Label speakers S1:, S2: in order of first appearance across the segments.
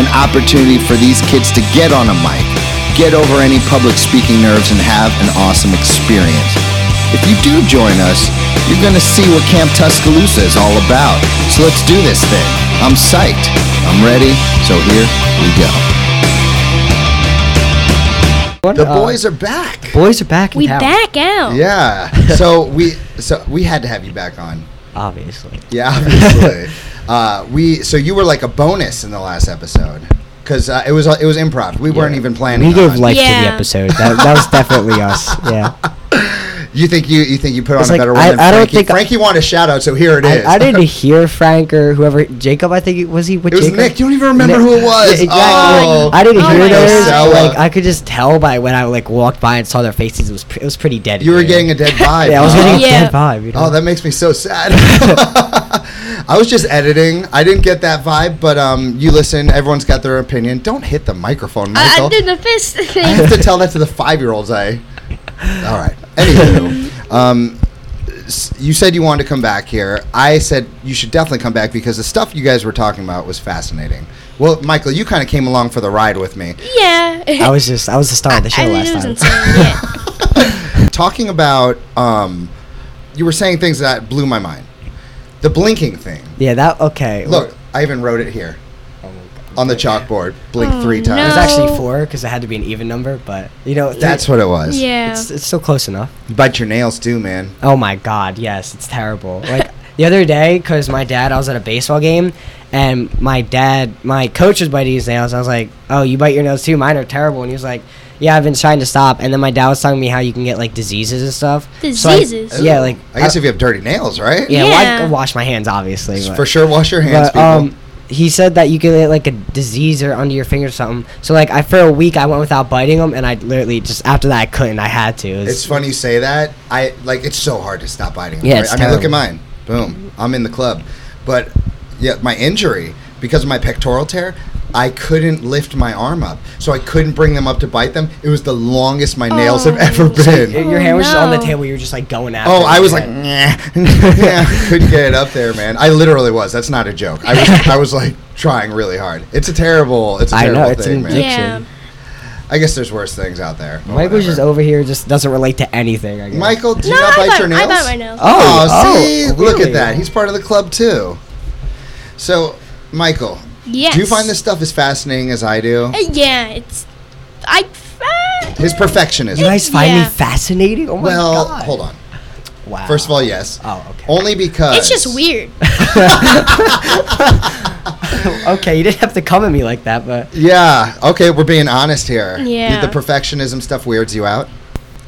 S1: An opportunity for these kids to get on a mic, get over any public speaking nerves, and have an awesome experience. If you do join us, you're going to see what Camp Tuscaloosa is all about. So let's do this thing. I'm psyched. I'm ready. So here we go.
S2: What,
S1: The
S2: uh,
S1: boys are back.
S2: boys are back. In
S3: We
S2: town,
S3: back out.
S1: Yeah. So we so we had to have you back on.
S2: Obviously.
S1: Yeah, obviously. uh, we so you were like a bonus in the last episode because uh, it was it was improv. We weren't even planning.
S2: We gave
S1: on.
S2: life to the
S3: Yeah.
S2: episode. That, that was definitely us. Yeah.
S1: You think you you think you put on
S2: It's
S1: a
S2: like,
S1: better one
S2: I-
S1: than
S2: I don't
S1: Frankie?
S2: think-
S1: Frankie wanted a shout out, so here it
S2: I,
S1: is.
S2: I didn't hear Frank or whoever Jacob. I think it was he with
S1: It was
S2: Jacob.
S1: Nick. You don't even remember
S2: Nick-
S1: who it was.
S2: Yeah, exactly.
S1: Oh.
S2: I didn't
S3: Oh
S2: hear
S3: my
S2: those.
S1: God.
S2: Like I could just tell by when I like walked by and saw their faces. It was pre- it was pretty dead.
S1: You were
S2: here.
S1: getting a dead vibe.
S2: yeah. I was
S1: huh?
S2: getting a
S3: Yeah.
S2: dead vibe. You know?
S1: Oh, that makes me so sad. I was just editing. I didn't get that vibe, but um, you listen. Everyone's got their opinion. Don't hit the microphone,
S3: I,
S1: Michael.
S3: I did the fist
S1: I
S3: thing.
S1: have to tell that to the five-year-olds. I. All right. Anywho, um, s- you said you wanted to come back here. I said you should definitely come back because the stuff you guys were talking about was fascinating. Well, Michael, you kind of came along for the ride with me.
S3: yeah.
S2: I was just I was the star of the show
S3: I mean, it was
S2: last time.
S3: insane. Yeah.
S1: talking about um, you were saying things that blew my mind. The blinking thing.
S2: Yeah. That okay.
S1: Look, I even wrote it here
S2: Oh,
S1: on the chalkboard. Blink
S3: Oh,
S1: three
S2: It
S1: times.
S2: was actually
S3: No.
S2: four because it had to be an even number, but you know
S1: That's what it was.
S3: yeah.
S2: It's, it's still close enough.
S1: You bite your nails too, man.
S2: Oh my god, yes, it's terrible. Like the other day, cause my dad, I was at a baseball game, and my dad, my coach was biting his nails. I was like, "Oh, you bite your nails too? Mine are terrible." And he was like, "Yeah, I've been trying to stop." And then my dad was telling me how you can get like diseases and stuff. So I-
S3: Diseases?
S2: yeah, like
S1: I guess if you have dirty nails, right?
S2: yeah, well, I
S3: Yeah.
S2: wash my hands obviously. but-
S1: For sure, wash your hands,
S2: but,
S1: people.
S2: um, he said that you can get like a disease or under your finger or something. So like, I for a week I went without biting them, and I literally just after that I couldn't. I had to. It was-
S1: it's funny you say that. I like it's so hard to stop biting. 'em,
S2: Yeah, it's
S1: I mean, look at
S2: terrible.
S1: mine. Boom. I'm in the club. But yeah, my injury because of my pectoral tear, I couldn't lift my arm up, so I couldn't bring them up to bite them. It was the longest my nails have
S3: Oh.
S1: ever
S2: So
S1: been.
S2: your- your hand was just on the
S3: no.
S2: table. You were just like going after.
S1: Oh,
S2: it
S1: I was
S2: with your
S1: like,
S2: head.
S1: yeah, couldn't get it up there, man. I literally was. That's not a joke. I was, I was like trying really hard. It's a terrible, it's a
S2: I
S1: terrible
S2: know, it's
S1: thing,
S2: an
S1: man.
S2: addiction.
S3: Yeah.
S1: I guess there's worse things out there. but
S2: Michael's just
S1: whatever.
S2: over here, just doesn't relate to anything. I guess.
S1: Michael, do
S3: No,
S1: you not
S3: I
S1: bite
S3: bite,
S1: your nails?
S3: I bite my nails.
S1: Oh,
S2: Oh,
S1: see,
S2: oh,
S1: look at
S2: really?
S1: that. He's part of the club too. So, Michael,
S3: Yes.
S1: do you find this stuff as fascinating as I do?
S3: Uh, yeah, it's. I. Uh,
S1: His
S2: you
S1: perfectionism.
S2: guys find
S3: Yeah.
S2: me fascinating? Oh my
S1: Well,
S2: god!
S1: hold on.
S2: Wow.
S1: First of all, yes.
S2: Oh, okay.
S1: Only because
S3: it's just weird.
S1: oh.
S2: okay, you didn't have to come at me like that, but
S1: Yeah. Okay, we're being honest here.
S3: Yeah.
S1: The perfectionism stuff weirds you out.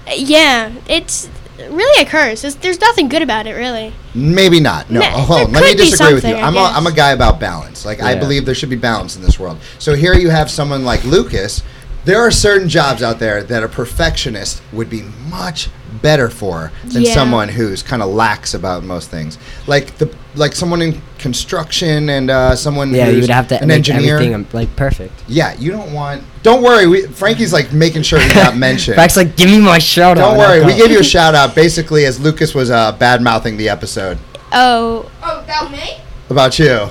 S3: Uh, yeah, it's really a curse. It's, there's nothing good about it, really.
S1: Maybe not. No.
S3: Ma-
S1: Oh, hold on.
S3: there
S1: Let me
S3: could be
S1: disagree with you.
S3: something, I
S1: I'm a,
S3: guess.
S1: I'm a guy about balance. Like I
S2: Yeah.
S1: believe there should be balance in this world. So here you have someone like Lucas. There are certain jobs out there that a perfectionist would be much better for than
S3: Yeah.
S1: someone who's kind of lax about most things. Like the like someone in construction and uh, someone
S2: yeah,
S1: who's
S2: you would have to
S1: an
S2: make
S1: engineer.
S2: everything um, like perfect.
S1: yeah, you don't want. Don't worry. We, Frankie's like making sure he got mentioned.
S2: Frank's like, give me my shout out. "Oh."
S1: don't
S2: and I'll
S1: worry. We
S2: go.
S1: gave you a shout out basically as Lucas was uh, bad mouthing the episode
S3: Oh,
S1: about you.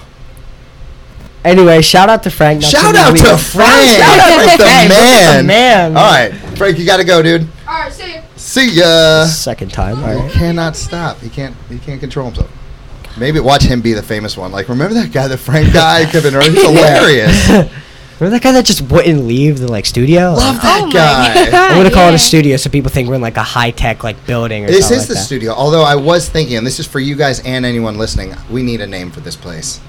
S2: Anyway, shout out to Frank. not
S1: Shout
S2: me,
S1: out
S2: we-
S1: to Frank.
S2: Shout out to
S1: Frank the
S2: Frank,
S1: man.
S2: the man.
S1: All right, Frank, you gotta go, dude. All right, see ya. See
S2: Second time. All
S1: ya.
S2: right.
S1: He cannot stop. He can't. He can't control himself. Maybe watch him be the famous one. Like, remember that guy, the Frank guy, Kevin Earl? He's hilarious.
S2: Remember that guy that just wouldn't leave the like studio?
S1: Love that
S3: oh my
S1: guy.
S3: God,
S2: I'm gonna call it
S3: yeah.
S2: a studio so people think we're in like a high tech like building or
S1: This
S2: something.
S1: is
S2: like
S1: the
S2: that.
S1: studio. Although I was thinking, and this is for you guys and anyone listening, we need a name for this place.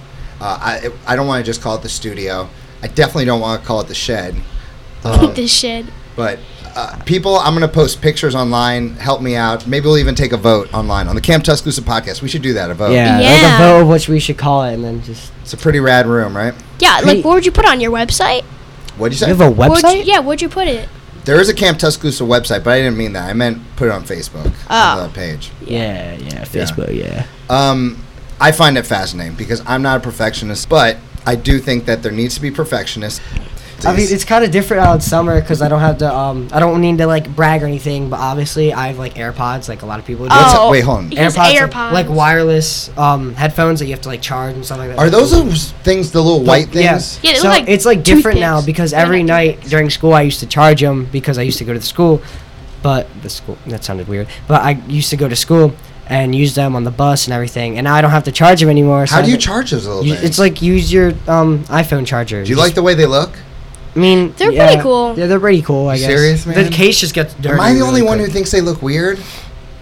S1: Uh, I I don't want to just call it the studio. I definitely don't want to call it the shed. Um,
S3: this shit.
S1: But uh, people, I'm going to post pictures online. Help me out. Maybe we'll even take a vote online on the Camp Tuscaloosa podcast. We should do that, a vote.
S2: Yeah, like a
S3: Yeah.
S2: vote of what we should call it, and then just
S1: It's a pretty rad room, right?
S3: Yeah,
S2: Pretty-
S3: like, what would you put on your website?
S1: What'd you
S2: You
S1: say?
S2: have a
S3: Where'd you-
S2: website?
S3: yeah, where'd you put it?
S1: there is a Camp Tuscaloosa website, but I didn't mean that. I meant put it on Facebook.
S3: Oh.
S1: The page.
S2: yeah, yeah, Facebook, yeah.
S1: Um, I find it fascinating because I'm not a perfectionist, but I do think that there needs to be perfectionists.
S2: I mean, it's kind of different out in summer because I don't have to. Um, I don't need to like brag or anything. But obviously, I have like AirPods, like a lot of people do.
S1: What's-
S3: oh,
S1: wait, hold on.
S3: He has
S2: like-
S3: AirPods.
S2: Like, wireless um, headphones that you have to like charge and stuff like that.
S1: Are those those things the little white
S2: Yeah.
S1: things?
S3: Yeah, they
S2: so
S3: look like
S2: it's like different
S3: toothpicks.
S2: now because
S3: They're
S2: every
S3: not
S2: night
S3: toothpicks.
S2: during school I used to charge them because I used to go to the school, but the school that sounded weird. But I used to go to school and use them on the bus and everything, and now I don't have to charge them anymore. so
S1: How
S2: I
S1: do you
S2: don't-
S1: charge those little
S2: you-
S1: things?
S2: It's like use your um, iPhone charger.
S1: Do you like the way they look?
S2: I mean,
S3: They're
S2: yeah,
S3: pretty cool.
S2: Yeah, they're pretty cool. I
S1: You
S2: guess.
S1: serious, man?
S2: The case just gets dirty.
S1: Am I the only
S2: really
S1: one who
S2: quick.
S1: thinks they look weird?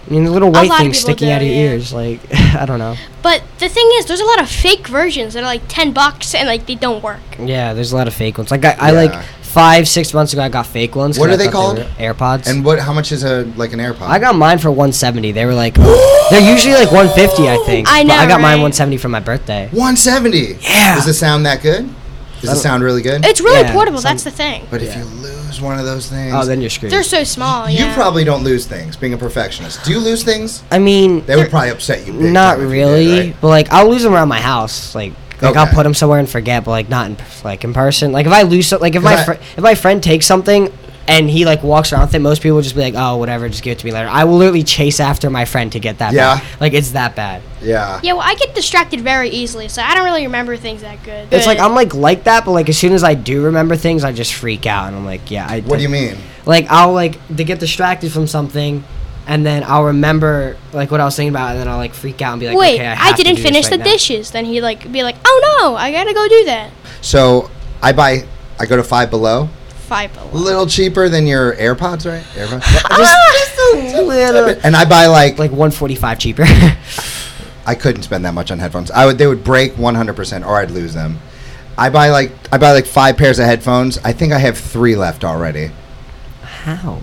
S2: I mean, the little
S3: lot
S2: white
S3: of
S2: things
S3: people
S2: sticking
S3: do,
S2: out of your
S3: yeah.
S2: ears. Like, I don't know.
S3: But the thing is, there's a lot of fake versions that are like ten bucks and like they don't work.
S2: Yeah, there's a lot of fake ones. Like, I, I like
S1: Yeah.
S2: five, six months ago, I got fake ones. 'cause
S1: What are
S2: I
S1: they
S2: thought
S1: called?
S2: were AirPods.
S1: And what? How much is a like an AirPod?
S2: I got mine for 170. They were like, they're usually like 150, I think.
S3: I
S2: but
S3: know,
S2: I got mine
S3: right?
S2: 170 for my birthday.
S1: 170.
S2: Yeah.
S1: Does it sound that good? Does
S2: I
S1: it
S2: don't-
S1: sound really good?
S3: It's really
S2: Yeah,
S3: portable.
S2: some-
S3: That's the thing.
S1: But if
S2: Yeah.
S1: you lose one of those things,
S2: Oh, then you're screwed.
S3: They're so small.
S1: you
S3: yeah.
S1: probably don't lose things. Being a perfectionist, do you lose things?
S2: I mean,
S1: They would probably upset you. Big
S2: not
S1: time if you
S2: really,
S1: did, right?
S2: but like I'll lose them around my house. Like, like I'll
S1: Okay.
S2: put them somewhere and forget, but like not in like in person. Like if I lose, so, like if my
S1: Right.
S2: fr- if my friend takes something. And he like walks around with it. Most people will just be like, "Oh, whatever, just give it to me later." I will literally chase after my friend to get that.
S1: Yeah.
S2: back. like it's that bad.
S1: Yeah.
S3: Yeah, well, I get distracted very easily, so I don't really remember things that good.
S2: It's like I'm like like that, but like as soon as I do remember things, I just freak out and I'm like, "Yeah." I
S1: What do you mean?
S2: like I'll like to get distracted from something, and then I'll remember like what I was thinking about, and then I'll like freak out and be like,
S3: Wait,
S2: okay, I,
S3: I,
S2: have to
S3: didn't
S2: do
S3: finish
S2: this
S3: the
S2: right now."
S3: dishes. Then he like be like, oh no, I gotta go do that.
S1: So I buy. I go to Five Below.
S3: Five Ah! below.
S1: Little cheaper than your AirPods, right? AirPods.
S2: Just a little,
S1: and I buy like
S2: like 145 cheaper.
S1: I couldn't spend that much on headphones. I would they would break 100% or I'd lose them. I buy like I buy like 5 pairs of headphones. I think I have 3 left already.
S2: How?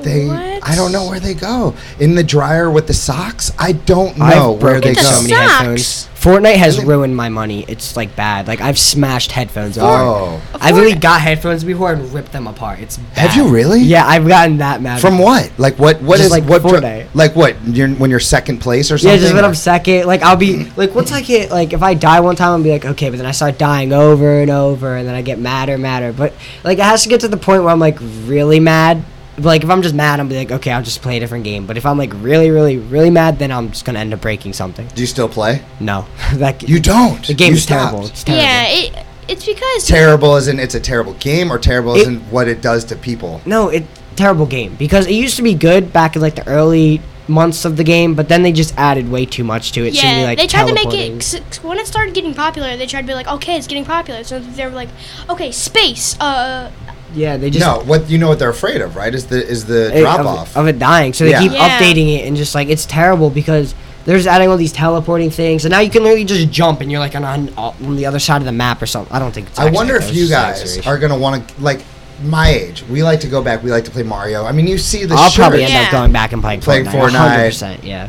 S1: They
S3: What?
S1: I don't know where they go. In the dryer with the socks? I don't
S2: I've
S1: know where
S2: broken
S1: they
S3: It
S1: go.
S3: does
S2: so many
S3: Socks.
S2: headphones. Fortnite has
S1: Really?
S2: ruined my money. It's like bad. Like I've smashed headphones. apart.
S1: oh.
S2: I really got headphones before and ripped them apart. It's bad.
S1: Have you really?
S2: Yeah, I've gotten that mad.
S1: From what? Like what What is
S2: Just like
S1: what dr-
S2: Fortnite.
S1: like what? You're, when you're second place or something?
S2: Yeah, just when I'm second, like I'll be like, once I get like, if I die one time, I'll be like, okay, but then I start dying over and over, and then I get madder, madder. But like, it has to get to the point where I'm like really mad. But, Like if I'm just mad, I'm be like, okay, I'll just play a different game. But if I'm like really, really, really mad, then I'm just gonna end up breaking something.
S1: Do you still play?
S2: No, that g-
S1: You don't.
S2: the game
S1: you
S2: is terrible.
S1: stopped.
S2: It's terrible.
S3: Yeah, it, it's because
S1: Terrible as in it's a terrible game or terrible as
S2: It-
S1: in what it does to people.
S2: No, it terrible game because it used to be good back in like the early months of the game, but then they just added way too much to it. so
S3: yeah,
S2: you, like,
S3: they tried to make
S2: teleporting.
S3: it 'cause- 'cause when it started getting popular. They tried to be like, okay, it's getting popular. So they were like, okay, space. Uh,
S2: Yeah, they just
S1: no, what you know what they're afraid of, right? Is the is the
S2: it-
S1: drop
S2: of,
S1: off.
S2: of it dying. So they
S1: Yeah.
S2: keep
S3: Yeah.
S2: updating it and just like it's terrible because they're just adding all these teleporting things, and now you can literally just jump and you're like on, on, on the other side of the map or something. I don't think. It's
S1: I
S2: actually
S1: wonder
S2: like that,
S1: if
S2: it's
S1: you
S2: just an
S1: guys
S2: exaggeration.
S1: are gonna want to like my age. We like to go back. We like to play Mario. I mean, you see the
S2: I'll
S1: shirts.
S2: probably end
S3: Yeah.
S2: up going back and playing
S1: Playing
S2: Fortnite. Fortnite.
S1: Fortnite.
S2: 100%, yeah.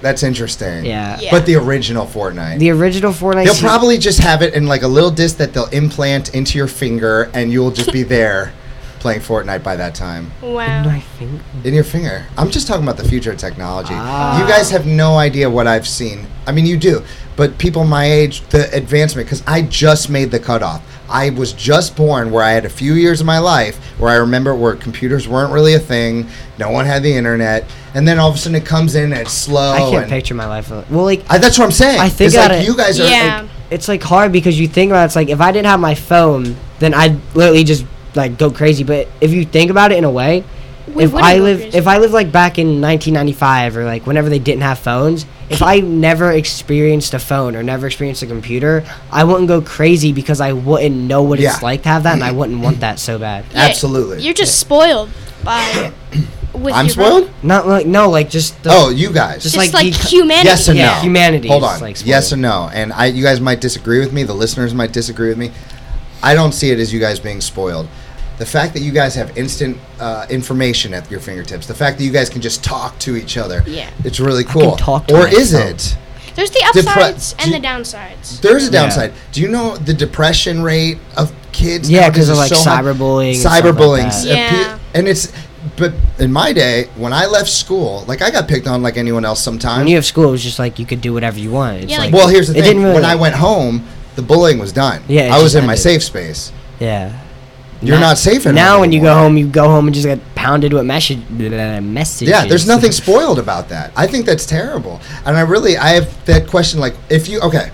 S1: That's interesting.
S2: Yeah.
S3: Yeah.
S1: But the original Fortnite.
S2: The original Fortnite.
S1: They'll
S2: se-
S1: probably just have it in like a little disc that they'll implant into your finger, and you'll just be there playing Fortnite by that time
S2: I
S3: wow.
S2: think.
S1: in your finger. I'm just talking about the future of technology.
S2: Ah.
S1: You guys have no idea what I've seen. I mean, you do, but people my age, the advancement, because I just made the cutoff. I was just born where I had a few years of my life where I remember where computers weren't really a thing, no one had the internet, and then all of a sudden it comes in and it's slow.
S2: I can't
S1: and
S2: picture my life. Well, like
S1: I, that's what I'm saying.
S2: I think
S1: It's like
S2: about it-
S1: you guys are.
S3: Yeah.
S2: it's like hard because you think about it, it's like if I didn't have my phone, then I'd literally just like go crazy. But if you think about it in a way,
S3: We
S2: if
S3: wouldn't
S2: I
S3: go
S2: live
S3: crazy.
S2: if I live like back in 1995 or like whenever they didn't have phones, if I never experienced a phone or never experienced a computer, I wouldn't go crazy because I wouldn't know what
S1: Yeah.
S2: it's like to have that, and I wouldn't want that so bad.
S3: Yeah,
S1: Absolutely.
S3: You're just spoiled by. With
S1: I'm
S3: your
S1: spoiled?
S2: Not like no, like just the,
S1: Oh, you guys.
S2: Just
S3: Just like,
S2: like the-
S3: humanity.
S1: yes and
S2: yeah,
S1: no.
S2: humanity
S1: Hold
S2: is,
S1: on.
S2: like, spoiled.
S1: yes and no. And I, you guys might disagree with me. The listeners might disagree with me. I don't see it as you guys being spoiled. The fact that you guys have instant uh, information at your fingertips, the fact that you guys can just talk to each other,
S3: Yeah.
S1: it's really cool.
S2: talk to
S1: or
S2: my
S1: is
S2: phone.
S1: it?
S3: There's the
S1: Depre-
S3: upsides
S1: do
S3: and the
S1: you-
S3: downsides.
S1: There's a
S2: Yeah.
S1: downside. Do you know the depression rate of kids.
S2: Yeah,
S1: now,
S2: 'cause of,
S1: there's
S2: like,
S1: hot-
S2: cyberbullying and stuff like
S1: Cyberbullying.
S2: that.
S1: and pe-
S3: Yeah.
S1: And it's but in my day when I left school, like I got picked on like anyone else sometimes.
S2: When you have school, it was just like you could do whatever you want. It's
S3: Yeah,
S2: like,
S3: like-
S1: well, here's the
S2: it
S1: thing.
S2: didn't really-
S1: when I went home, the bullying was done.
S2: Yeah, it
S1: I was
S2: just
S1: in my
S2: ended.
S1: safe space.
S2: yeah.
S1: You're
S2: Now-
S1: not safe anymore.
S2: Now, when you go home, you go home and just get pounded with message messages.
S1: Yeah, there's nothing spoiled about that. I think that's terrible. And I really, I have that question like, if you, okay,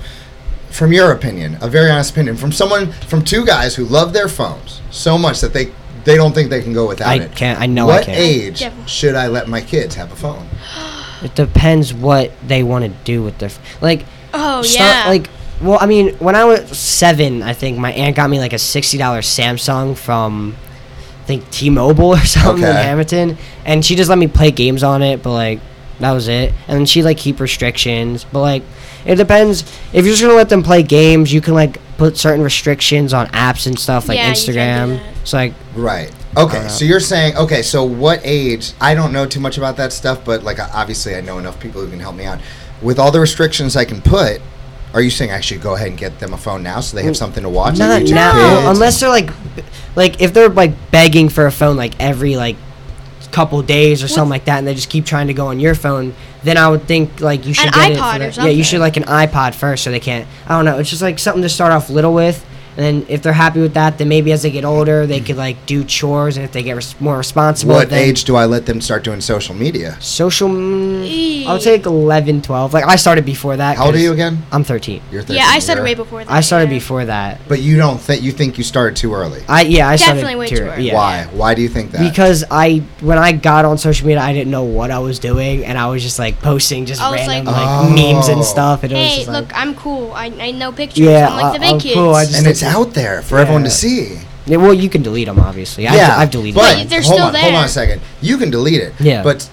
S1: from your opinion, a very honest opinion, from someone, from two guys who love their phones so much that they, they don't think they can go without
S2: I
S1: it.
S2: can't- I know I
S1: What
S2: can't.
S1: age
S3: Devil.
S1: should I let my kids have a phone?
S2: It depends what they want to do with their f- like.
S3: Oh
S2: It's
S3: yeah.
S2: not like well, I mean, when I was seven, I think my aunt got me like a sixty dollar Samsung from I think T Mobile or something in
S1: Okay.
S2: Hamilton. And she just let me play games on it, but like that was it. And then she like keep restrictions. But like it depends. If you're just gonna let them play games, you can like put certain restrictions on apps and stuff like
S3: Yeah, you can do
S2: Instagram.
S3: that.
S2: It's like
S1: Right. Okay.
S2: know.
S1: So you're saying okay. So what age? I don't know too much about that stuff, but like I- obviously I know enough people who can help me out. With all the restrictions I can put, are you saying I should go ahead and get them a phone now so they have something to watch? like
S2: Not
S1: YouTube
S2: now,
S1: Kids?
S2: unless they're like, b- like if they're like begging for a phone like every like couple days or something like that, and they just keep trying to go on your phone. Then I would think like you should
S3: An
S2: get it
S3: iPod
S2: for
S3: or
S2: the- Yeah, you should
S3: something.
S2: like an iPod first, so they can't. I don't know. It's just like something to start off little with, and then if they're happy with that, then maybe as they get older, they could like do chores, and if they get res- more responsible,
S1: what
S2: then
S1: age do I let them start doing social media?
S2: Social. Mm, I'll
S3: Eee.
S2: take 11, 12. Like I started before that.
S1: How old are
S2: 'cause
S1: you again?
S2: I'm thirteen.
S1: You're 13.
S3: yeah, I started
S1: You're-
S3: way before that.
S2: I started
S3: yeah.
S2: before that.
S1: But you don't think you think you started too early.
S2: I yeah I
S3: Definitely way
S2: started
S3: too early.
S2: yeah.
S1: Why? Why do you think that?
S2: Because I, when I got on social media, I didn't know what I was doing, and I was just like posting just
S3: I was
S2: random
S3: like-
S2: like, memes
S1: Oh.
S2: and stuff. And it was
S3: Hey,
S2: just like,
S3: look, I'm cool. I, I know pictures.
S2: Yeah,
S3: I'm like the
S2: I- I'm
S3: big kids.
S2: cool, I just-
S1: and it's out there for everyone to see.
S2: yeah, well, you can delete them, obviously.
S1: yeah,
S2: I've, I've deleted
S1: but
S3: But they're
S1: hold
S3: still
S1: on, Hold on
S3: there.
S1: a second. You can delete it.
S2: Yeah.
S1: But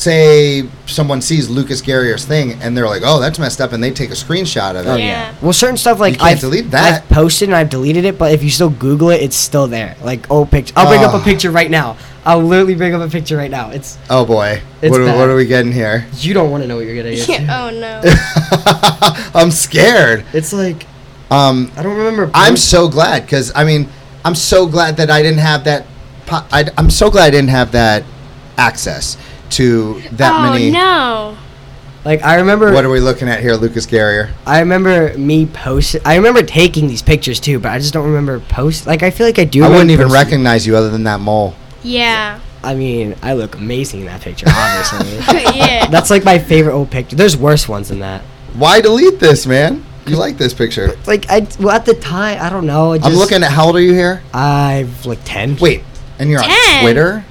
S1: say someone sees Lucas Garrier's thing and they're like, "Oh, that's messed up," and they take a screenshot of it.
S3: Oh, yeah.
S2: them. Well, certain stuff like
S1: You can't
S2: I've,
S1: delete that.
S2: I've posted and I've deleted it, but if you still Google it, it's still there. Like old picture. I'll bring up
S1: Ah.
S2: a picture right now. I'll literally bring up a picture right now. It's
S1: Oh boy.
S2: It's
S1: What,
S2: bad.
S1: what are we getting here?
S2: you don't want to know what you're gonna get.
S3: Yeah, oh no.
S1: I'm scared.
S2: It's like
S1: Um,
S2: I don't remember.
S1: I'm
S2: post-
S1: so glad because I mean, I'm so glad that I didn't have that. Po- I, am so glad I didn't have that access to that
S3: oh
S1: many.
S3: no.
S2: like I remember.
S1: What are we looking at here, Lucas Garrier?
S2: I remember me post. I remember taking these pictures too, but I just don't remember post. Like I feel like I
S1: I
S2: do. remember
S1: wouldn't even
S2: posting-
S1: recognize you other than that mole.
S3: Yeah.
S2: I mean, I look amazing in that picture, obviously.
S3: yeah.
S2: That's like my favorite old picture. There's worse ones than that.
S1: Why delete this, man? You like this picture?
S2: Like I, well, at the time, I don't know. I just,
S1: I'm looking at how old are you here?
S2: I've like ten.
S1: Wait, and you're on
S3: 10?
S1: Twitter?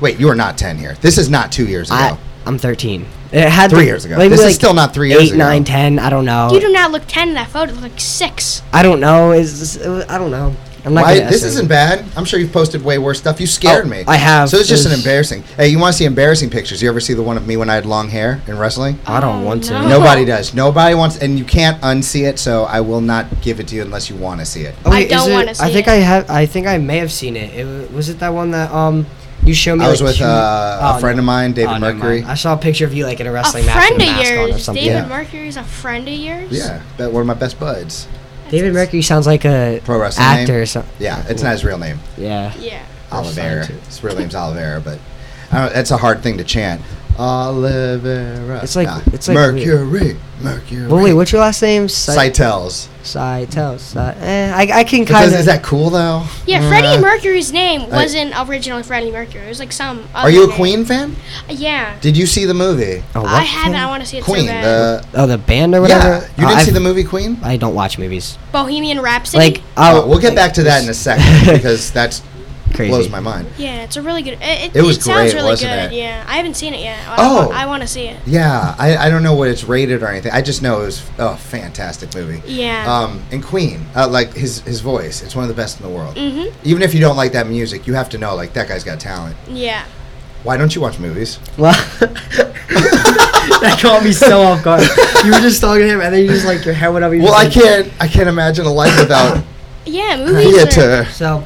S1: Wait, you are not 10 here. This is not two years ago.
S2: I, I'm thirteen. It had
S1: Three
S2: to-
S1: years ago.
S2: maybe,
S1: This is
S2: like,
S1: still not three years
S2: eight,
S1: ago.
S2: nine, ten. I don't know.
S3: you do not look 10 in that photo. You look like 6.
S2: I don't know. Is I don't know. I'm not.
S1: Why,
S2: gonna
S1: this
S2: estimate.
S1: isn't bad. I'm sure you've posted way worse stuff. You scared
S2: Oh,
S1: me.
S2: I have.
S1: So it's just an
S2: There's-
S1: embarrassing. Hey, you want to see embarrassing pictures? You ever see the one of me when I had long hair in wrestling?
S2: I don't
S3: Oh,
S2: want to.
S3: no.
S1: Nobody does. Nobody wants, and you can't unsee it. So I will not give it to you unless you want to see it.
S2: Oh,
S3: I
S2: wait, is
S3: don't
S2: it-
S3: wanna
S2: I
S3: see
S2: think
S3: it.
S2: I have. I think I may have seen it. it wa- was it that one that um you showed me.
S1: I was
S2: like,
S1: with
S2: two-
S1: uh, a
S2: oh,
S1: friend
S2: no.
S1: of mine, David
S2: Oh, never
S1: Mercury.
S2: mind. I saw a picture of you like in a
S3: A
S2: wrestling match
S3: friend
S2: with a
S3: of
S2: mask on or
S3: yours.
S2: something.
S3: David
S1: Yeah.
S3: Mercury's a friend of yours?
S1: Yeah, that one of my best buds.
S2: David Mercury sounds like a
S1: Pro wrestling
S2: actor
S1: name?
S2: or something.
S1: Yeah, it's not his real name.
S2: Yeah.
S3: Yeah.
S1: Oliveira.
S2: signed to-
S1: His real name's Oliveira, but I don't, that's a hard thing to chant. Oliveira.
S2: It's like- it's like weird.
S1: Mercury. Mercury.
S2: Well, wait, what's your last name? Cy-
S1: Cytels.
S2: Cytel. Cy- eh, I, I can
S1: Because
S2: kind of.
S1: is that cool though?
S3: Yeah,
S2: Uh,
S3: Freddie Mercury's name
S1: Mm. I-
S3: wasn't originally Freddie Mercury. It was like some.
S1: Are
S3: other
S1: you a
S3: name.
S1: Queen fan?
S3: Yeah.
S1: Did you see the movie
S2: oh,
S3: I
S2: what
S3: haven't. I
S2: thing?
S3: want to see it
S1: Queen?
S3: so bad.
S1: the
S2: Oh, the band or whatever.
S1: yeah, you
S2: Oh,
S1: didn't see
S2: I've-
S1: the movie Queen?
S2: I don't watch movies.
S3: Bohemian Rhapsody.
S2: Like,
S1: Oh,
S2: oh,
S1: we'll get back to that in a second because that's
S2: Crazy.
S1: blows my mind.
S3: yeah, it's a really good. It, it,
S1: It was
S3: it sounds
S1: great,
S3: really
S1: wasn't
S3: good.
S1: it?
S3: Yeah, I haven't seen it yet. I,
S1: Oh.
S3: want, I want to see it.
S1: Yeah, I, I don't know what it's rated or anything. I just know it was a fantastic movie.
S3: Yeah.
S1: Um, and Queen, uh, like his his voice, it's one of the best in the world.
S3: mhm.
S1: Even if you don't like that music, you have to know like that guy's got talent.
S3: Yeah.
S1: Why don't you watch movies?
S2: Well, that caught me so off guard. You were just talking to him, and then you just like your hair went up. you
S1: Well,
S2: just,
S1: I
S2: like-
S1: can't. I can't imagine a life without
S3: Yeah, movies. are-
S1: theater.
S2: So,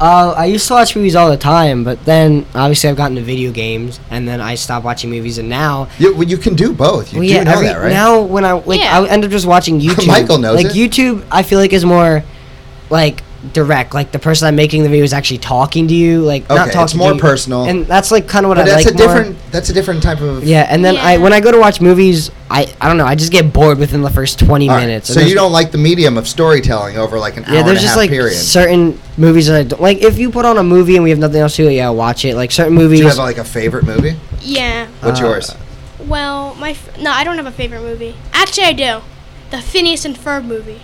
S2: uh, I used to watch movies all the time, but then obviously I've gotten to video games, and then I stopped watching movies, and now.
S1: You, well, you can do both. You
S2: Well,
S1: do
S2: yeah,
S1: know
S2: every,
S1: that, right?
S2: now when I like
S3: Yeah.
S2: I end up just watching YouTube.
S1: Michael knows
S2: Like
S1: it.
S2: YouTube, I feel like is more like direct. Like the person I'm making the video is actually talking to you. Like
S1: Okay,
S2: not
S1: it's
S2: talking. to
S1: more
S2: you.
S1: personal.
S2: And that's like kind of what
S1: But
S2: I
S1: that's
S2: like
S1: a
S2: more.
S1: different. That's a different type of.
S2: Yeah, and then I
S3: Yeah.
S2: when I go to watch movies, I I don't know. I just get bored within the first twenty
S1: All right,
S2: minutes. and
S1: So you
S2: there's-
S1: don't like the medium of storytelling over like an hour
S2: Yeah,
S1: and a
S2: there's just
S1: half
S2: like
S1: period.
S2: certain movies that I don't like. If you put on a movie and we have nothing else to do, yeah, I'll watch it. Like certain
S1: Do
S2: movies.
S1: you have like a favorite movie?
S3: Yeah.
S1: What's
S2: Uh,
S1: yours?
S3: Well, my f- no, I don't have a favorite movie. Actually, I do. The Phineas and Ferb movie.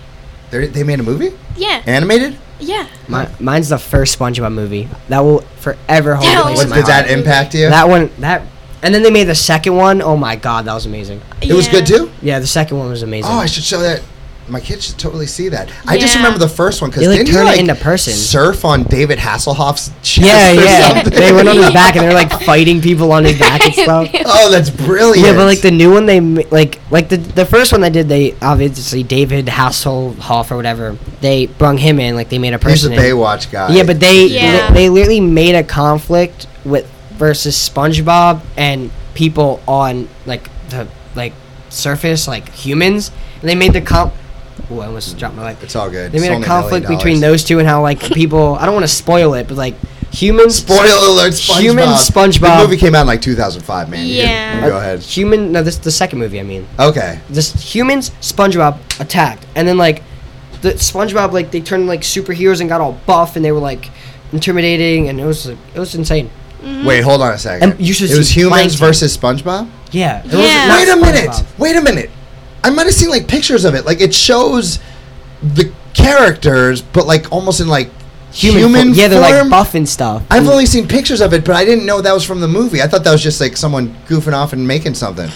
S1: They they made a movie?
S3: Yeah.
S1: Animated?
S3: Yeah.
S2: mi- mine's the first SpongeBob movie that will forever hold
S3: Yeah,
S2: a place
S1: What,
S2: in
S3: was
S2: my
S1: did that
S2: heart.
S1: impact you?
S2: That one that. And then they made the second one. Oh my god, that was amazing.
S1: it was good too.
S2: Yeah, the second one was amazing.
S1: Oh, I should show that. My kids should totally see that. I just
S3: Yeah.
S1: remember the first one because
S2: They, like,
S1: didn't
S2: turn
S1: he,
S2: it
S1: like
S2: into person.
S1: surf on David Hasselhoff's chest?
S2: yeah,
S1: or
S2: yeah.
S1: something?
S2: They went on his back and they're like fighting people on his back and stuff.
S1: Oh, that's brilliant.
S2: Yeah, but like the new one, they ma- like like the the first one they did, they obviously David Hasselhoff or whatever, they brung him in, like they made a
S1: he's a
S2: person. in.
S1: Baywatch guy.
S2: Yeah, but they,
S3: Yeah.
S2: they they literally made a conflict with versus SpongeBob and people on like the like surface, like humans, and they made the comp. Oh, I almost dropped my light.
S1: it's all good.
S2: They
S1: It's
S2: made a
S1: only
S2: conflict
S1: million
S2: between
S1: dollars.
S2: those two and how like people. I don't want to spoil it, but like humans.
S1: Spoiler alert! SpongeBob.
S2: Human SpongeBob.
S1: The movie came out in like 2005, man. You can-
S3: Yeah.
S1: you
S2: uh,
S1: go ahead.
S2: Human. No, this the second movie. I mean.
S1: Okay.
S2: this humans SpongeBob attacked, and then like the SpongeBob like they turned like superheroes and got all buff, and they were like intimidating, and it was like, it was insane.
S1: Wait, hold on a second.
S2: And you should
S1: it was
S2: see
S1: humans
S2: Plankton.
S1: versus SpongeBob.
S2: Yeah. It
S3: Yeah.
S2: not
S1: Wait a minute.
S2: SpongeBob.
S1: Wait a minute. I might have seen like pictures of it. Like it shows the characters, but like almost in like human,
S2: fo- yeah, they're like
S1: form.
S2: buff and stuff.
S1: I've only seen pictures of it, but I didn't know that was from the movie. I thought that was just like someone goofing off and making something.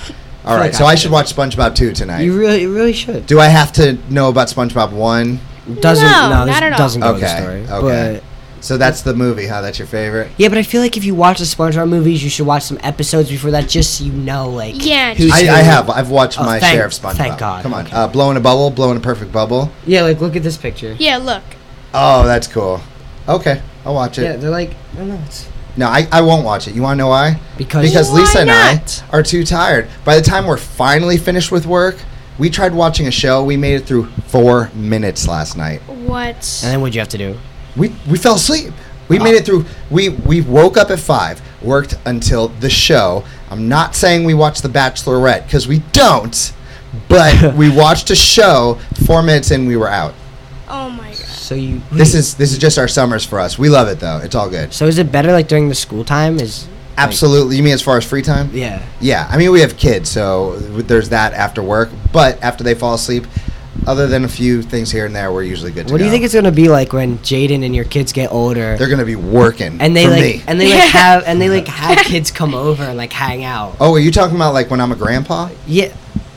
S1: All
S2: like
S1: right, so
S2: I
S1: I should watch SpongeBob 2 tonight.
S2: you really, you really should.
S1: Do I have to know about SpongeBob 1?
S2: Doesn't
S3: No,
S2: no, this
S3: not at all.
S2: doesn't go to
S1: Okay,
S2: the story.
S1: okay.
S2: But
S1: So that's the movie, huh? That's your favorite?
S2: yeah, but I feel like if you watch the SpongeBob movies, you should watch some episodes before that, just so you know, like
S3: Yeah,
S2: who's
S1: I,
S2: who.
S1: I have. I've watched
S2: Oh,
S1: my
S2: thank-
S1: share of SpongeBob.
S2: thank God,
S1: Come on.
S2: okay.
S1: Uh, blowing a bubble, blowing a perfect bubble.
S2: Yeah, like look at this picture. Yeah,
S3: Yeah. Look.
S1: Oh, that's cool. Okay, I'll watch it.
S2: they're like I don't know. It's
S1: No, I, I won't watch it. You want to know why?
S2: because
S1: Because
S3: Why
S1: Lisa and
S3: not?
S1: I are too tired. By the time we're finally finished with work, we tried watching a show. We made it through four minutes last night.
S3: What?
S2: and then what'd you have to do?
S1: We we fell asleep. We made it through. We we woke up at five, worked until the show. I'm not saying we watched The Bachelorette because we don't, but we watched a show. Four minutes in, we were out.
S3: Oh my god.
S2: So you.
S1: This is this is just our summers for us. We love it though. It's all good.
S2: So is it better like during the school time? Is
S1: Absolutely. You mean as far as free time?
S2: yeah.
S1: Yeah, I mean we have kids, so there's that after work. But after they fall asleep, other than a few things here and there, we're usually good to
S2: What do you
S1: go.
S2: think it's gonna be like when Jaden and your kids get older,
S1: They're gonna be working
S2: and they
S1: for
S2: like,
S1: me.
S2: and they like have, and they like have kids come over and like hang out?
S1: oh, are you talking about like when I'm a grandpa?
S2: Yeah,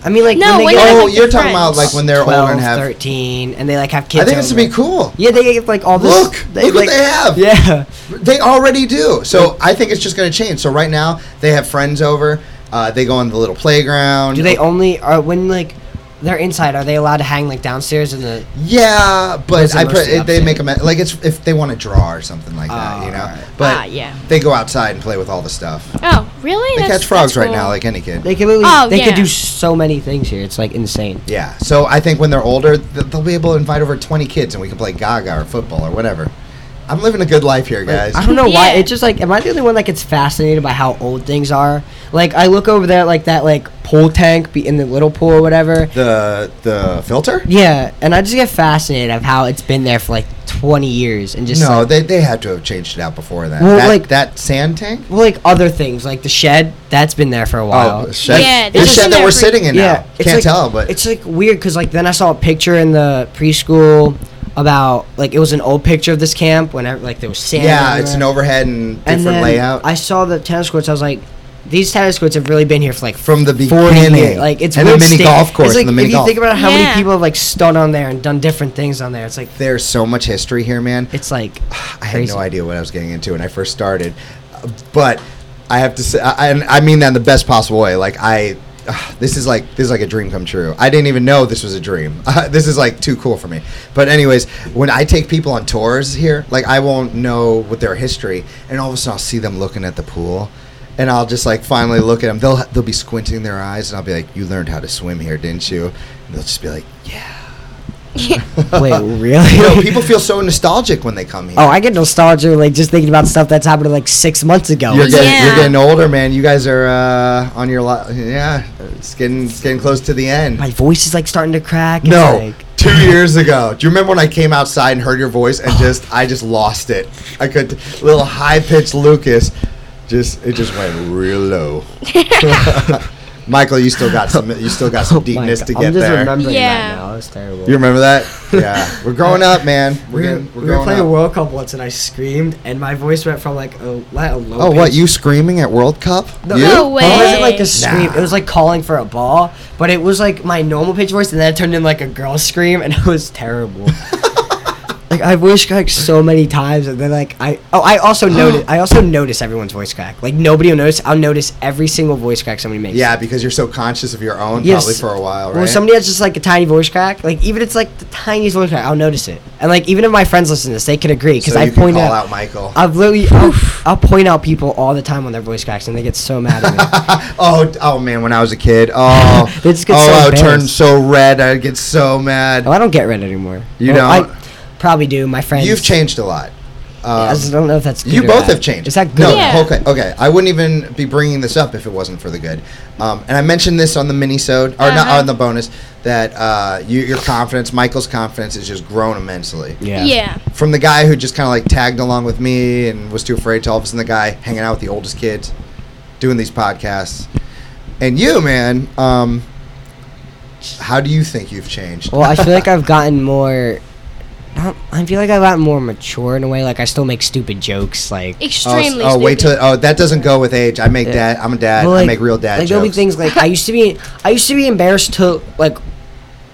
S2: I mean like
S3: No,
S2: when they
S3: when
S2: get
S3: they're,
S1: oh,
S2: like,
S3: like,
S1: you're
S3: the
S1: talking about
S3: friends.
S1: like when they're
S2: 12,
S1: older and have.
S2: 13, and they like have
S1: I
S2: kids.
S1: think this would
S2: over.
S1: be cool.
S2: Yeah, they get like all this.
S1: Look, look what
S2: like-
S1: they have.
S2: Yeah,
S1: They already do. So I think it's just gonna change. So right now they have friends over. Uh, they go on the little playground. Oh,
S2: do they only are when like they're inside? Are they allowed to hang like downstairs in the?
S1: Yeah, but
S2: Those are
S1: I pre-
S2: mostly
S1: it, they
S2: upstairs.
S1: make them like it's if they want to draw or something like that,
S2: Oh,
S1: you know.
S2: alright.
S1: But
S3: Ah, yeah.
S1: they go outside and play with all the stuff.
S3: Oh, really?
S1: They
S3: That's-
S1: catch frogs
S3: that's
S1: right
S3: cool.
S1: now, like any kid.
S2: They could literally,
S3: Oh,
S2: they
S3: yeah.
S2: could do so many things here. It's like insane.
S1: yeah. So I think when they're older, th- they'll be able to invite over 20 kids and we can play Gaga or football or whatever. I'm living a good life here, guys.
S2: I don't know why.
S3: Yeah.
S2: It's just like, am I the only one that gets fascinated by how old things are? Like, I look over there, at, like that, like pool tank be in the little pool or whatever.
S1: the the filter?
S2: Yeah, and I just get fascinated of how it's been there for like 20 years and just
S1: no,
S2: like,
S1: they they had to have changed it out before that.
S2: Well,
S1: that,
S2: like-
S1: that sand tank.
S2: well, like other things like the shed that's been there for a while.
S1: the shed,
S3: Yeah,
S1: the
S3: they've
S1: shed
S3: been
S1: that
S3: there
S1: we're
S3: for-
S1: sitting in now.
S2: it's
S1: Can't
S2: like-
S1: tell, but
S2: it's like weird because like then I saw a picture in the preschool about like it was an old picture of this camp when like there was sand.
S1: yeah, it's
S2: everywhere.
S1: an overhead and different
S2: and then
S1: layout.
S2: I saw the tennis courts. I was like, these tennis courts have really been here for like
S1: From the
S2: 40 years.
S1: beginning.
S2: Like it's
S1: And the
S2: weird
S1: mini
S2: state-
S1: golf course
S2: It's
S1: and
S2: like,
S1: the mini
S2: if
S1: golf.
S2: you think about how
S3: Yeah.
S2: many people have like stood on there and done different things on there, it's like
S1: There's so much history here, man.
S2: it's like
S1: I had
S2: crazy.
S1: no idea what I was getting into when I first started, Uh, but I have to say, I, and I mean that in the best possible way. Like I, uh, this is like this is like a dream come true. I didn't even know this was a dream. this is like too cool for me. But anyways, when I take people on tours here, like I won't know what their history, and all of a sudden I'll see them looking at the pool. And I'll just like finally look at them. They'll they'll be squinting their eyes, and I'll be like, "You learned how to swim here, didn't you?" And they'll just be like, "Yeah."
S2: Wait, really?
S1: You know, people feel so nostalgic when they come here.
S2: oh, I get nostalgia like just thinking about stuff that's happened like six months ago.
S1: You're getting, you're
S3: Yeah.
S1: getting older, man. You guys are uh, on your lot. Yeah, it's getting it's getting close to the end.
S2: My voice is like starting to crack. It's
S1: no,
S2: like-
S1: two years ago. Do you remember when I came outside and heard your voice
S2: Oh.
S1: and just I just lost it? I could little high pitched Lucas, just it just went real low. Michael, you still got some you still got some
S2: Oh my
S1: deepness
S2: God,
S1: to get
S2: I'm just
S1: there.
S2: remembering
S3: Yeah.
S2: that now. It's terrible.
S1: you remember that? Yeah, we're growing up, man. We're
S2: we were,
S1: getting, we're
S2: we were
S1: growing
S2: playing
S1: up.
S2: World Cup once, and I screamed, and my voice went from like a, like a low.
S1: Oh, what
S2: pitch-
S1: you screaming at World Cup?
S2: No,
S1: You?
S3: No
S2: It wasn't
S3: way.
S2: like a scream.
S1: Nah.
S2: It was like calling for a ball, but it was like my normal pitch voice, and then it turned into like a girl scream, and it was terrible. like I voice cracked so many times, and then like I oh I also noticed I also notice everyone's voice crack. Like nobody will notice. I'll notice every single voice crack somebody makes.
S1: Yeah, because you're so conscious of your own,
S2: Yes.
S1: probably for a while, right?
S2: Well, somebody has just like a tiny voice crack. Like even if it's like the tiniest voice crack, I'll notice it. And like even if my friends listen to this, they can agree because
S1: so
S2: I
S1: you can
S2: point
S1: call
S2: out.
S1: out Michael.
S2: I've literally, I'll, I'll point out people all the time on their voice cracks, and they get so mad at me.
S1: oh, d- oh man, when I was a kid, oh,
S2: They just get
S1: oh,
S2: so
S1: I would turn
S2: embarrassed.
S1: so red, I'd get so mad.
S2: Oh, I don't get red anymore.
S1: You don't?
S2: I probably do. My friends.
S1: You've changed a lot.
S2: I
S1: Um,
S2: just don't know if that's. Good
S1: you
S2: or
S1: both
S2: bad.
S1: have changed.
S2: Is that
S1: No,
S2: good?
S3: Yeah.
S1: okay, okay. I wouldn't even be bringing this up if it wasn't for the good. Um, and I mentioned this on the mini-sode, or not
S3: Uh-huh.
S1: on the bonus, that uh, you, your confidence, Michael's confidence, has just grown immensely.
S2: Yeah. Oh,
S3: Yeah.
S1: From the guy who just kind of like tagged along with me and was too afraid to, all of a sudden the guy hanging out with the oldest kids, doing these podcasts, and you, man. Um, how do you think you've changed?
S2: Well, I feel like I've gotten more. not- I feel like I've gotten more mature in a way. Like I still make stupid jokes. Like.
S1: Oh, s-
S3: Extremely.
S1: Oh, wait till
S3: stupid.
S1: oh that doesn't go with age. I make
S2: Yeah.
S1: dad. I'm a dad.
S2: Well,
S1: I make real dad
S2: like,
S1: jokes.
S2: There'll be things like I used to be. I used to be embarrassed to like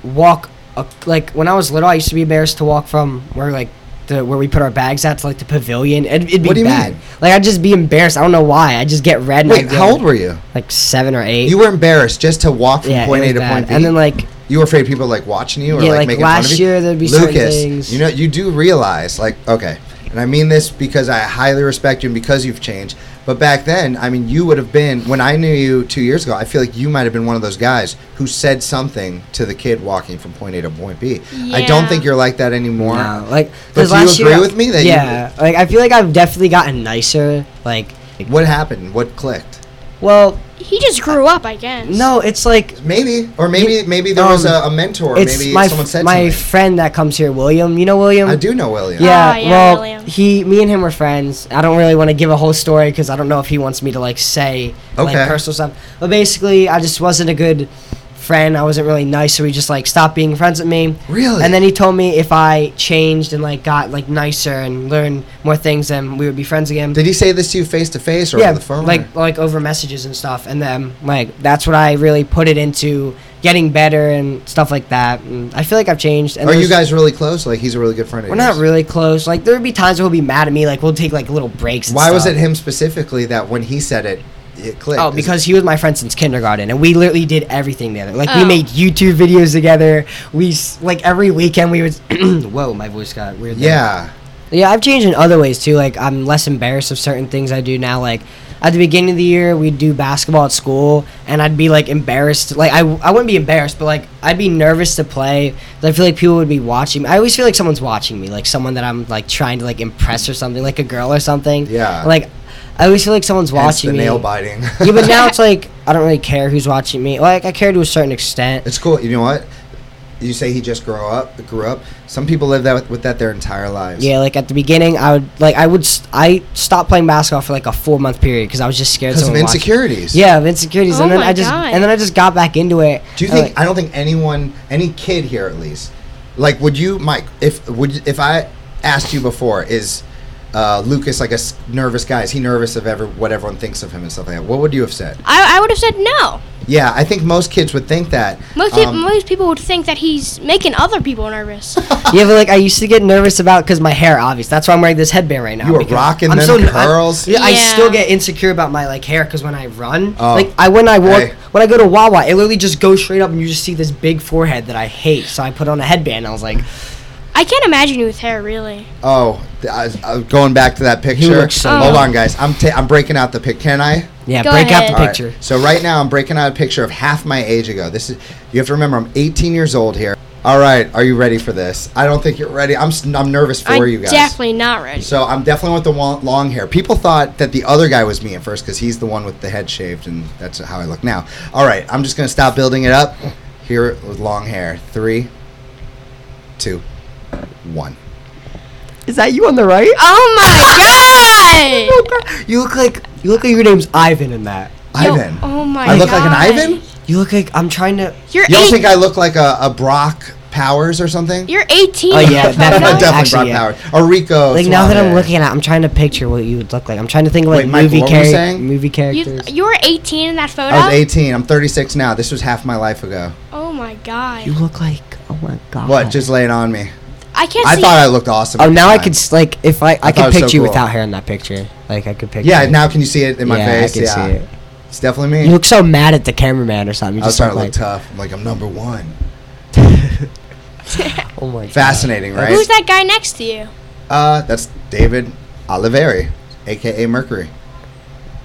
S2: walk. A, like when I was little, I used to be embarrassed to walk from where like the where we put our bags at to like the pavilion. It'd, it'd be
S1: What do you
S2: bad.
S1: mean?
S2: Like I'd just be embarrassed. I don't know why. I just get red. And
S1: Wait,
S2: I'd be
S1: how
S2: like-
S1: old were you?
S2: Like seven or eight.
S1: You were embarrassed just to walk from
S2: yeah,
S1: point
S2: it
S1: A
S2: was
S1: to
S2: bad.
S1: point B.
S2: And then like
S1: you were afraid people like watching you or
S2: Yeah,
S1: like,
S2: like,
S1: making fun
S2: last
S1: of you.
S2: year there'd be certain
S1: Lucas,
S2: things.
S1: you know, you do realize like okay, and I mean this because I highly respect you and because you've changed. But back then, I mean, you would have been when I knew you two years ago. I feel like you might have been one of those guys who said something to the kid walking from point A to point B. I don't
S3: Yeah.
S1: think you're like that anymore.
S2: No, like,
S1: But
S2: 'cause
S1: do you
S2: last year-
S1: agree with me that you-
S2: yeah, like I feel like I've definitely gotten nicer. Like,
S1: What happened? What clicked?
S2: well,
S3: He just grew up, I guess.
S2: no, it's like
S1: Maybe, or maybe, maybe there was a,
S2: Um,
S1: a mentor.
S2: it's
S1: Maybe
S2: my
S1: someone said
S2: my
S1: something.
S2: friend that comes here, William. You know William?
S1: I do know William.
S2: Yeah,
S3: Ah, yeah,
S2: well,
S3: William.
S2: he, me and him were friends. I don't really want to give a whole story because I don't know if he wants me to like say
S1: Okay.
S2: like personal stuff. But basically, I just wasn't a good friend. I wasn't really nice, so he just like stopped being friends with me.
S1: Really?
S2: And then he told me if I changed and like got like nicer and learned more things, then we would be friends again.
S1: Did he say this to you face to face or
S2: yeah,
S1: on the phone?
S2: like like over messages and stuff, and then like that's what I really put it into getting better and stuff like that. And I feel like I've changed. And
S1: Are you
S2: there's-
S1: guys really close? Like he's a really good friend of
S2: We're
S1: yours.
S2: not really close. Like there would be times where he'll be mad at me. Like we'll take like little breaks. And
S1: Why was
S2: stuff.
S1: it him specifically that when he said it, it clicked?
S2: Oh,
S1: Is
S2: because he was my friend since kindergarten, and we literally did everything together. Like we
S3: Oh.
S2: made YouTube videos together. We s- like every weekend we would. whoa, my voice got weird.
S1: it-
S2: there.
S1: yeah.
S2: Yeah, I've changed in other ways too. Like I'm less embarrassed of certain things I do now. Like at the beginning of the year, we'd do basketball at school, and I'd be like embarrassed. Like I, I wouldn't be embarrassed, but like I'd be nervous to play. 'cause I feel like people would be watching. me. I always feel like someone's watching me, like someone that I'm like trying to like impress or something, like a girl or something.
S1: Yeah.
S2: Like I always feel like someone's
S1: Hence
S2: watching
S1: the
S2: me.
S1: nail biting.
S2: yeah, but now it's like I don't really care who's watching me. Like I care to a certain extent.
S1: it's cool. You know what? You say he just grew up. Grew up. Some people live that with, with that their entire lives.
S2: Yeah, like at the beginning, I would like I would st- I stopped playing basketball for like a four month period because I was just scared.
S1: Because of
S2: someone watching.
S1: insecurities.
S2: Yeah, of insecurities,
S3: Oh
S2: and then
S3: my
S2: I just
S3: God.
S2: and then I just got back into it.
S1: Do you
S2: I,
S1: think?
S2: like-
S1: I don't think anyone, any kid here at least, like would you, Mike? If would if I asked you before, is uh, Lucas like a s- nervous guy? Is he nervous of ever what everyone thinks of him and stuff like that? What would you have said?
S3: I, I would have said no.
S1: Yeah, I think most kids would think that.
S3: Most, peop
S1: Um,
S3: most people would think that he's making other people nervous.
S2: yeah, but like I used to get nervous about because my hair, obvious. That's why I'm wearing this headband right now.
S1: You were
S2: because
S1: rocking them
S2: n-
S1: curls.
S2: I, yeah, I
S3: Yeah.
S2: still get insecure about my like hair because when I run,
S1: Oh.
S2: like I when I walk
S1: Hey.
S2: when I go to Wawa, it literally just goes straight up, and you just see this big forehead that I hate. So I put on a headband. And I was like,
S3: I can't imagine you with hair, really.
S1: oh, th- I, I, going back to that picture.
S2: looks so
S1: Hold
S3: young.
S1: on, guys. I'm ta- I'm breaking out the pic. Can I?
S2: yeah,
S3: Go
S2: break out
S3: ahead.
S2: the
S1: All right.
S2: picture.
S1: So right now I'm breaking out a picture of half my age ago. This is you have to remember I'm 18 years old here. All right, are you ready for this? I don't think you're ready. I'm s- I'm nervous for
S3: I'm
S1: you guys.
S3: definitely not ready.
S1: So I'm definitely with the wa- long hair. People thought that the other guy was me at first because he's the one with the head shaved, and that's how I look now. All right, I'm just gonna stop building it up. Here with long hair. Three, two, one.
S2: Is that you on the right?
S3: oh my god!
S2: You look like you look like your name's Ivan in that.
S3: Yo,
S1: Ivan.
S3: oh my
S1: I look like an
S3: God.
S1: Ivan.
S2: You look like I'm trying to.
S3: You're
S1: You don't
S3: eight-
S1: think I look like a, a Brock Powers or something?
S3: You're 18.
S2: Oh, yeah, that-
S1: I'm
S2: that-
S1: definitely
S2: actually,
S1: Brock
S2: yeah.
S1: Powers. Or Rico.
S2: Like now that I'm
S1: Suave.
S2: looking at, it, I'm trying to picture what you would look like. I'm trying to think of like
S1: Wait, Michael,
S2: movie
S1: what were you
S2: character,
S1: saying?
S2: movie
S3: you,
S2: characters.
S3: you were 18 in that photo.
S1: I was 18. I'm 36 now. This was half my life ago.
S3: Oh my god!
S2: You look like oh my god.
S1: What? Just laying on me.
S3: I can't
S1: I
S3: see.
S1: thought I looked awesome.
S2: Oh,
S1: at the
S2: now I
S1: time.
S2: could s- like if I
S1: thought
S2: I,
S1: it
S2: could
S1: was so
S2: picture you
S1: cool.
S2: without hair in that picture. Like I could picture.
S1: Yeah, now can you see it in my
S2: Yeah, I
S1: face?
S2: can
S1: yeah,
S2: see it.
S1: it's definitely me.
S2: you look so mad at the cameraman or something. You
S1: I was
S2: just
S1: starting
S2: look
S1: to look
S2: like
S1: tough. I'm like I'm number one.
S2: oh my. God.
S1: Fascinating, right?
S3: Who's that guy next to you?
S1: Uh, that's David Oliveri, aka Mercury.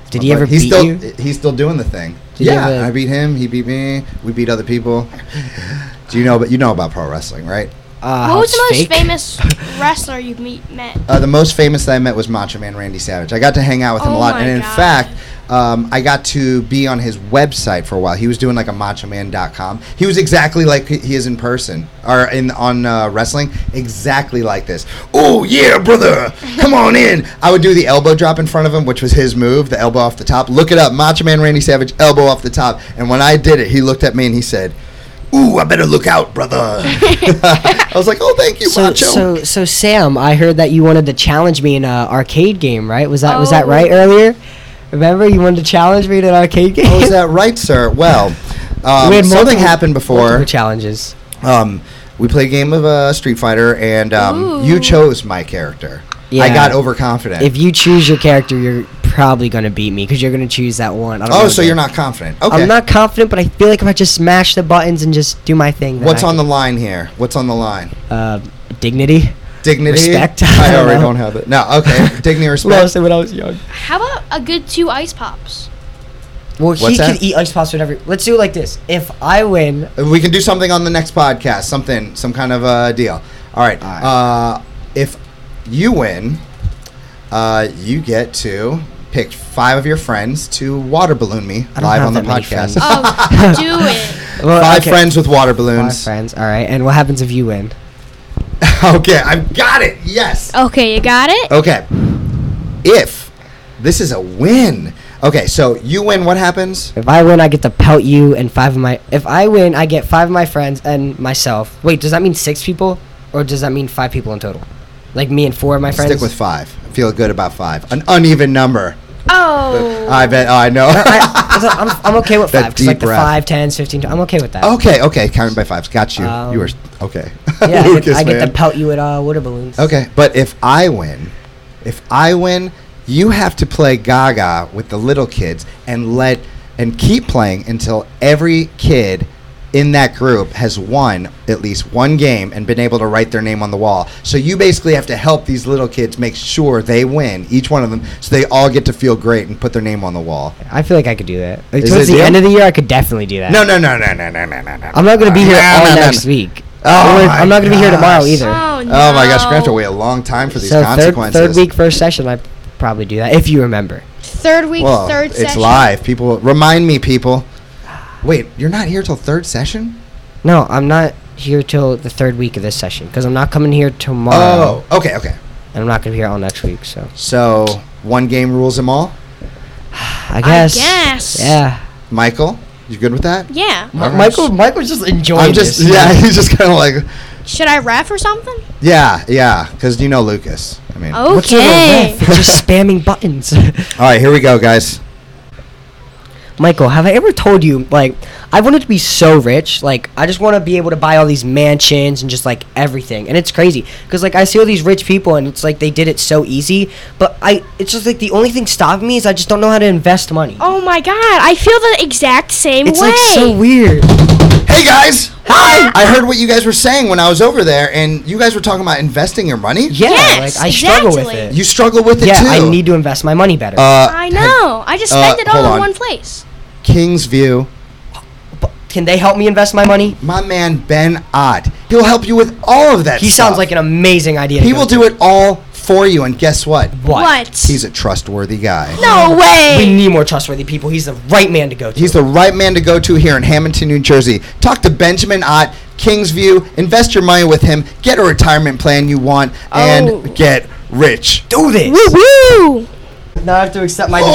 S2: Did he
S1: But
S2: ever
S1: he's
S2: beat
S1: still,
S2: you?
S1: He's still doing the thing.
S2: Did he
S1: yeah,
S2: ever-
S1: I beat him. He beat me. We beat other people. Do you know? But you know about pro wrestling, right?
S2: Uh, how
S3: what was
S2: it's
S3: the most
S2: fake?
S3: famous wrestler you meet met?
S1: Uh, the most famous that I met was Macho Man Randy Savage. I got to hang out with him a
S3: Oh
S1: lot,
S3: my
S1: and in
S3: God.
S1: fact, um, I got to be on his website for a while. He was doing like a MachoMan.com. He was exactly like he- he is in person or in on uh, wrestling, exactly like this. Oh yeah, brother, come on in. I would do the elbow drop in front of him, which was his move, the elbow off the top. Look it up, Macho Man Randy Savage elbow off the top. And when I did it, he looked at me and he said. Ooh, I better look out, brother. I was like, oh, thank you,
S2: So,
S1: Macho.
S2: so so Sam, I heard that you wanted to challenge me in a arcade game, right? Was that was that
S3: Oh.
S2: right earlier? Remember, you wanted to challenge me in an arcade game.
S1: Oh, is that right, sir? Well, um,
S2: We had
S1: something
S2: multiple-
S1: happened before.
S2: Multiple challenges.
S1: Um, we played a game of uh, Street Fighter, and um, you
S3: Ooh.
S1: chose my character. I
S2: Yeah.
S1: got overconfident.
S2: If you choose your character, you're probably gonna beat me because you're gonna choose that one. I don't
S1: oh,
S2: know
S1: so
S2: the-
S1: you're not confident? Okay.
S2: I'm not confident, but I feel like if I just smash the buttons and just do my thing. then
S1: What's
S2: I
S1: on the
S2: can-
S1: line here? What's on the line?
S2: uh, dignity?
S1: Dignity.
S2: Respect? I
S1: I
S2: don't
S1: already
S2: know.
S1: don't have it. No. Okay. Eh, Dignity. Respect.
S2: Lost it when I was young.
S3: How about a good two ice pops?
S2: Well,
S1: What's
S2: he
S1: that?
S2: could eat ice pops whatever. Let's do it like this. If I win,
S1: we can do something on the next podcast. Something. Some kind of uh, deal. All right. Uh, if you win, uh, you get to pick five of your friends to water balloon me
S2: I don't
S1: live
S2: have
S1: on the
S2: that many
S1: podcast.
S2: friends.
S3: Oh, do it.
S2: well,
S1: Five
S2: okay.
S1: friends with water
S2: Five
S1: balloons.
S2: friends. All right. And what happens if you win?
S1: okay, I've got it. Yes.
S3: Okay, you got it.
S1: Okay. If this is a win. Okay, so you win. What happens?
S2: If I win, I get to pelt you and five of my. If I win, I get five of my friends and myself. Wait, does that mean six people, or does that mean five people in total? Like me and four of my friends.
S1: Stick with five. I feel good about five. An uneven number.
S3: Oh.
S1: I bet. Oh, I know.
S2: I, so I'm, I'm okay with
S1: That
S2: five. 'cause, like
S1: deep
S2: the
S1: breath. Oh,
S2: five, tens, fifteen. I'm okay with that.
S1: okay, okay. Counting by fives. Got you.
S2: Um,
S1: you were okay.
S2: Yeah, I get,
S1: Lucas,
S2: I get to
S1: man.
S2: pelt you at uh, water balloons.
S1: Okay, but if I win, if I win, you have to play Gaga with the little kids and let and keep playing until every kid in that group has won at least one game and been able to write their name on the wall. So you basically have to help these little kids make sure they win each one of them so they all get to feel great and put their name on the wall.
S2: I feel like I could do that. Like,
S1: Is
S2: towards
S1: it
S2: the
S1: you?
S2: end of the year, I could definitely do that.
S1: No, no, no, no, no, no, no, no, no.
S2: I'm not gonna be here
S1: No,
S2: all
S1: no, no,
S2: next
S1: no.
S2: week.
S1: Oh
S2: Or
S1: my
S2: I'm not gonna be here tomorrow
S1: gosh.
S2: either.
S3: Oh, no.
S1: Oh my gosh, we're gonna have to wait a long time for these
S2: so third,
S1: consequences.
S2: third week, first session, I probably do that if you remember.
S3: Third week,
S1: Well,
S3: third
S1: it's
S3: session.
S1: live. People, remind me, people. Wait, you're not here till third session?
S2: No, I'm not here till the third week of this session because I'm not coming here tomorrow,
S1: Oh, okay, okay.
S2: and I'm not gonna be here all next week. So
S1: So one game rules them all.
S2: I guess.
S3: guess.
S2: Yeah.
S1: Michael, you good with that?
S3: Yeah.
S1: All right.
S2: Michael, Michael's just enjoying
S1: I'm just
S2: this.
S1: yeah. He's just kind of like
S3: Should I ref or something?
S1: yeah, yeah, because you know Lucas. I mean,
S3: Oh.
S1: all
S2: What's your
S3: Okay.
S2: ref? You're just spamming buttons.
S1: right, here we go, guys.
S2: Michael, have I ever told you like I wanted to be so rich? Like I just want to be able to buy all these mansions and just like everything. And it's crazy because like I see all these rich people and it's like they did it so easy. But I, it's just like the only thing stopping me is I just don't know how to invest money.
S3: Oh my god, I feel the exact same
S2: it's
S3: way.
S2: like so weird.
S1: Hey guys, hi. I heard what you guys were saying when I was over there, and you guys were talking about investing your money.
S2: Yeah,
S3: Yes,
S2: like I struggle with
S3: exactly.
S2: it.
S1: You struggle with it
S2: yeah,
S1: too.
S2: I need to invest my money better.
S1: Uh,
S3: I know. I just spend
S1: Uh,
S3: it all
S1: hold
S3: in
S1: on.
S3: one place.
S1: Kingsview.
S2: but can they help me invest my money?
S1: My man Ben Ott, He'll help you with all of that.
S2: He
S1: stuff.
S2: sounds like an amazing idea. to
S1: He
S2: go
S1: will do it all for you, and guess what?
S2: What?
S3: What?
S1: He's a trustworthy guy.
S3: no
S2: We
S3: way.
S2: need more trustworthy people. He's the right man to go to.
S1: He's the right man to go to here in Hamilton, New Jersey. Talk to Benjamin Ott, Kingsview. Invest your money with him. Get a retirement plan you want, and
S3: Oh.
S1: get rich.
S2: do this.
S3: Woo woo.
S2: Now I have to accept my
S1: Oh,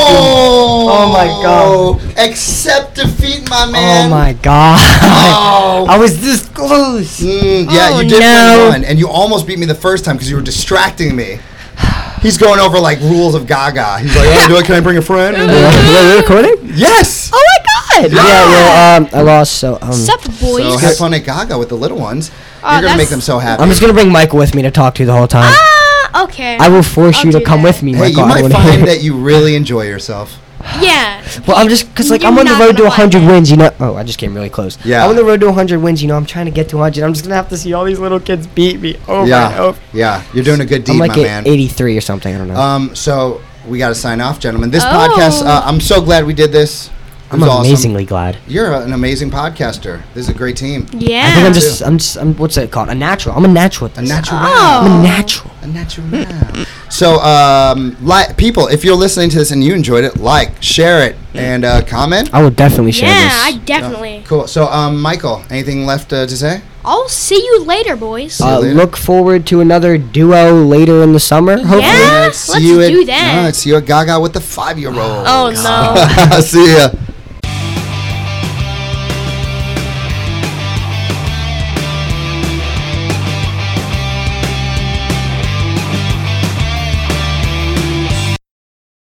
S2: Oh my
S1: God! Accept defeat, my
S2: Oh
S1: man.
S2: my god.
S1: Oh.
S2: I was this close.
S1: Mm, yeah,
S3: Oh,
S1: you did
S2: no.
S1: win one, and you almost beat me the first time because you were distracting me. He's going over like rules of Gaga. He's like, oh, do I, "Can I bring a friend?"
S2: We're recording?
S1: yes.
S2: Oh my god. Yeah, well, um, I lost, so um,
S3: Sup, boys?
S1: So have fun at Gaga with the little ones.
S3: Oh,
S1: You're gonna make
S3: that's-
S1: them so happy.
S2: I'm just gonna bring Michael with me to talk to the whole time.
S3: Ah, okay.
S2: I will force
S3: I'll
S2: you to
S3: do
S2: come
S3: that.
S2: with me,
S1: Hey,
S2: Michael.
S1: you
S2: I
S1: might
S2: wanna-
S1: find that you really enjoy yourself.
S3: Yeah.
S2: Well, I'm just because like
S3: You're
S2: I'm on the
S3: not
S2: road to
S3: gonna
S2: 100
S3: like it.
S2: wins. You know. Oh, I just came really close.
S1: Yeah.
S2: I'm on the road to 100 wins. You know, I'm trying to get to 100. I'm just gonna have to see all these little kids beat me Oh,
S3: Oh,
S2: over and
S1: yeah,
S2: over.
S1: yeah. You're doing a good deed,
S2: I'm like
S1: my
S2: at
S1: man.
S2: 83 or something. I don't know.
S1: Um, so we got to sign off, gentlemen. This
S3: Oh.
S1: podcast, uh, I'm so glad we did this. It
S2: I'm
S1: was awesome.
S2: amazingly glad.
S1: You're an amazing podcaster. This is a great team.
S3: Yeah.
S2: I think I'm just, I'm just, I'm, what's it called? A natural. I'm a natural. at
S1: A
S2: this.
S1: natural.
S3: Oh.
S2: I'm a natural.
S1: A natural. so, um, li- people, if you're listening to this and you enjoyed it, like, share it, and uh, comment.
S2: I will definitely share
S3: yeah,
S2: this.
S3: I Oh, definitely.
S1: Cool. So, um, Michael, anything left uh, to say?
S3: I'll see you later, boys.
S1: you
S2: uh,
S1: later.
S2: look forward to another duo later in the summer. Hopefully.
S3: yeah.
S1: See
S3: Ah, Let's
S1: you at,
S3: do that.
S1: No, see you at Gaga with the five year old.
S3: oh no.
S1: see ya.